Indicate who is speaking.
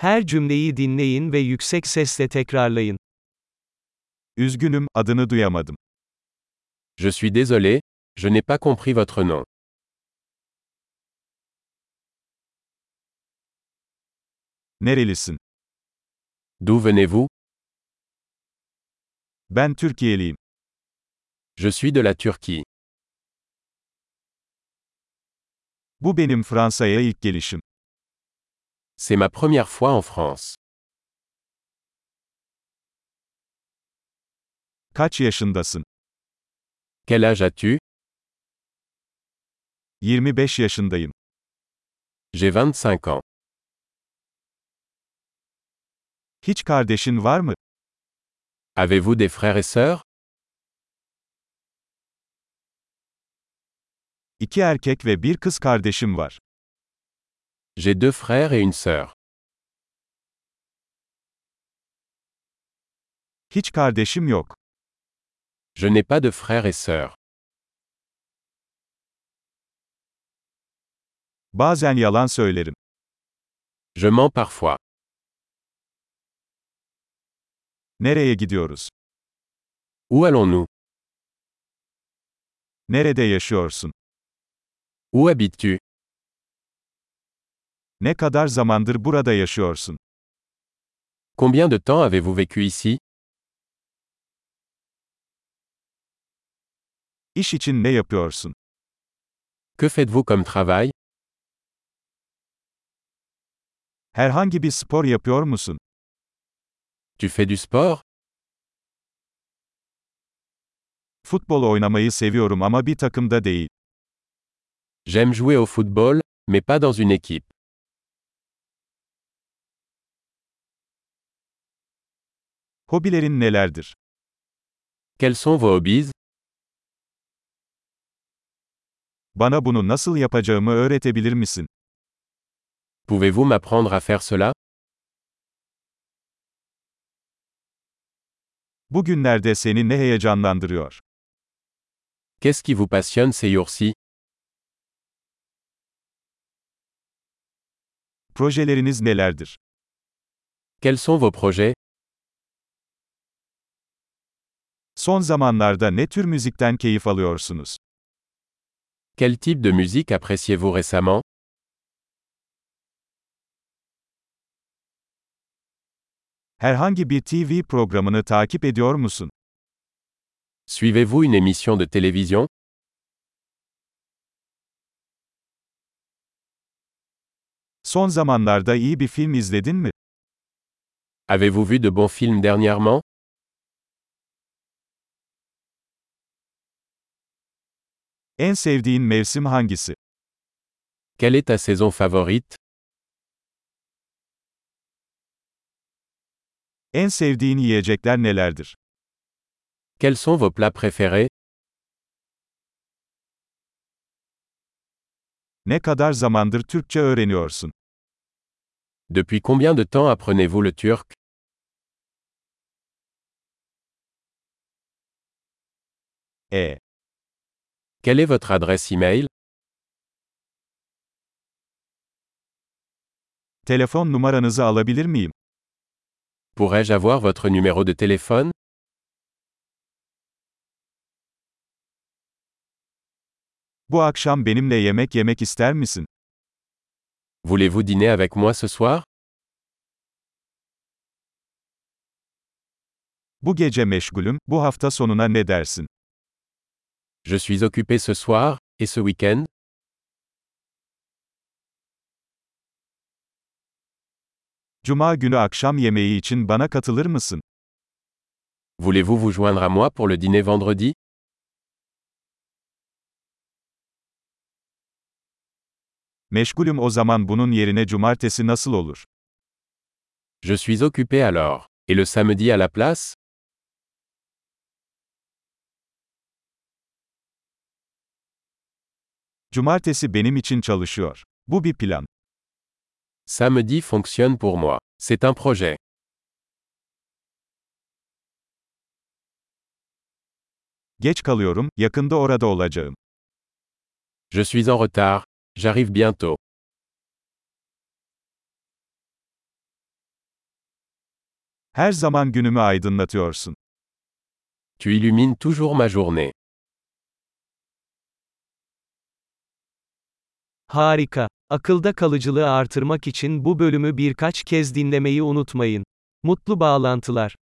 Speaker 1: Her cümleyi dinleyin ve yüksek sesle tekrarlayın.
Speaker 2: Üzgünüm, adını duyamadım.
Speaker 3: Je suis désolé, je n'ai pas compris votre nom.
Speaker 2: Nerelisin?
Speaker 3: D'où venez-vous
Speaker 2: Ben Türkiye'liyim.
Speaker 3: Je suis de la Turquie.
Speaker 2: Bu benim Fransa'ya ilk gelişim.
Speaker 3: C'est ma première fois en France.
Speaker 2: Kaç yaşındasın?
Speaker 3: Quel âge as-tu
Speaker 2: 25 yaşındayım.
Speaker 3: J'ai 25 ans.
Speaker 2: Hiç kardeşin var mı?
Speaker 3: Avez-vous des frères et sœurs
Speaker 2: İki erkek ve bir kız kardeşim var.
Speaker 3: J'ai deux frères et une sœur.
Speaker 2: Hiç kardeşim yok.
Speaker 3: Je n'ai pas de frères et sœurs.
Speaker 2: Bazen yalan söylerim.
Speaker 3: Je mens parfois.
Speaker 2: Nereye gidiyoruz?
Speaker 3: Où allons-nous
Speaker 2: Nerede yaşıyorsun?
Speaker 3: Où habites-tu
Speaker 2: Ne kadar zamandır burada yaşıyorsun?
Speaker 3: Combien de temps avez-vous vécu ici
Speaker 2: İş için ne yapıyorsun?
Speaker 3: Que faites-vous comme travail
Speaker 2: Herhangi bir spor yapıyor musun?
Speaker 3: Tu fais du sport
Speaker 2: Futbol oynamayı seviyorum ama bir takımda değil.
Speaker 3: J'aime jouer au football, mais pas dans une équipe.
Speaker 2: Hobilerin nelerdir?
Speaker 3: Quels sont vos hobbies
Speaker 2: Bana bunu nasıl yapacağımı öğretebilir misin?
Speaker 3: Pouvez-vous m'apprendre à faire cela
Speaker 2: Bugünlerde seni ne heyecanlandırıyor?
Speaker 3: Qu'est-ce qui vous passionne ces jours-ci
Speaker 2: Projeleriniz nelerdir?
Speaker 3: Quels sont vos projets
Speaker 2: Son zamanlarda ne tür müzikten keyif alıyorsunuz?
Speaker 3: Quel type de musique appréciez-vous récemment
Speaker 2: Herhangi bir TV programını takip ediyor musun?
Speaker 3: Suivez-vous une émission de télévision
Speaker 2: Son zamanlarda iyi bir film izledin mi?
Speaker 3: Avez-vous vu de bons films dernièrement
Speaker 2: En sevdiğin mevsim hangisi?
Speaker 3: Quelle est ta saison favorite
Speaker 2: En sevdiğin yiyecekler nelerdir?
Speaker 3: Quels sont vos plats préférés
Speaker 2: Ne kadar zamandır Türkçe öğreniyorsun?
Speaker 3: Depuis combien de temps apprenez-vous le turc
Speaker 2: E.
Speaker 3: Quelle est votre adresse e-mail
Speaker 2: Telefon numaranızı alabilir miyim?
Speaker 3: Pourrais-je avoir votre numéro de téléphone
Speaker 2: Bu akşam benimle yemek yemek ister misin?
Speaker 3: Voulez-vous dîner avec moi ce soir
Speaker 2: Bu gece meşgulüm, bu hafta sonuna ne dersin?
Speaker 3: Je suis occupé ce soir, et ce week-end
Speaker 2: Cuma günü akşam yemeği için bana katılır mısın?
Speaker 3: Voulez-vous vous joindre à moi pour le dîner vendredi
Speaker 2: Meşgulüm o zaman bunun yerine cumartesi nasıl olur?
Speaker 3: Je suis occupé alors. Et le samedi à la place
Speaker 2: Cumartesi benim için çalışıyor. Bu bir plan.
Speaker 3: Samedi fonctionne pour moi. C'est un projet.
Speaker 2: Geç kalıyorum, yakında orada olacağım.
Speaker 3: Je suis en retard. J'arrive bientôt.
Speaker 4: Her zaman günümü aydınlatıyorsun.
Speaker 3: Tu illumines toujours ma journée.
Speaker 2: Harika. Akılda kalıcılığı artırmak için bu bölümü birkaç kez dinlemeyi unutmayın. Mutlu bağlantılar.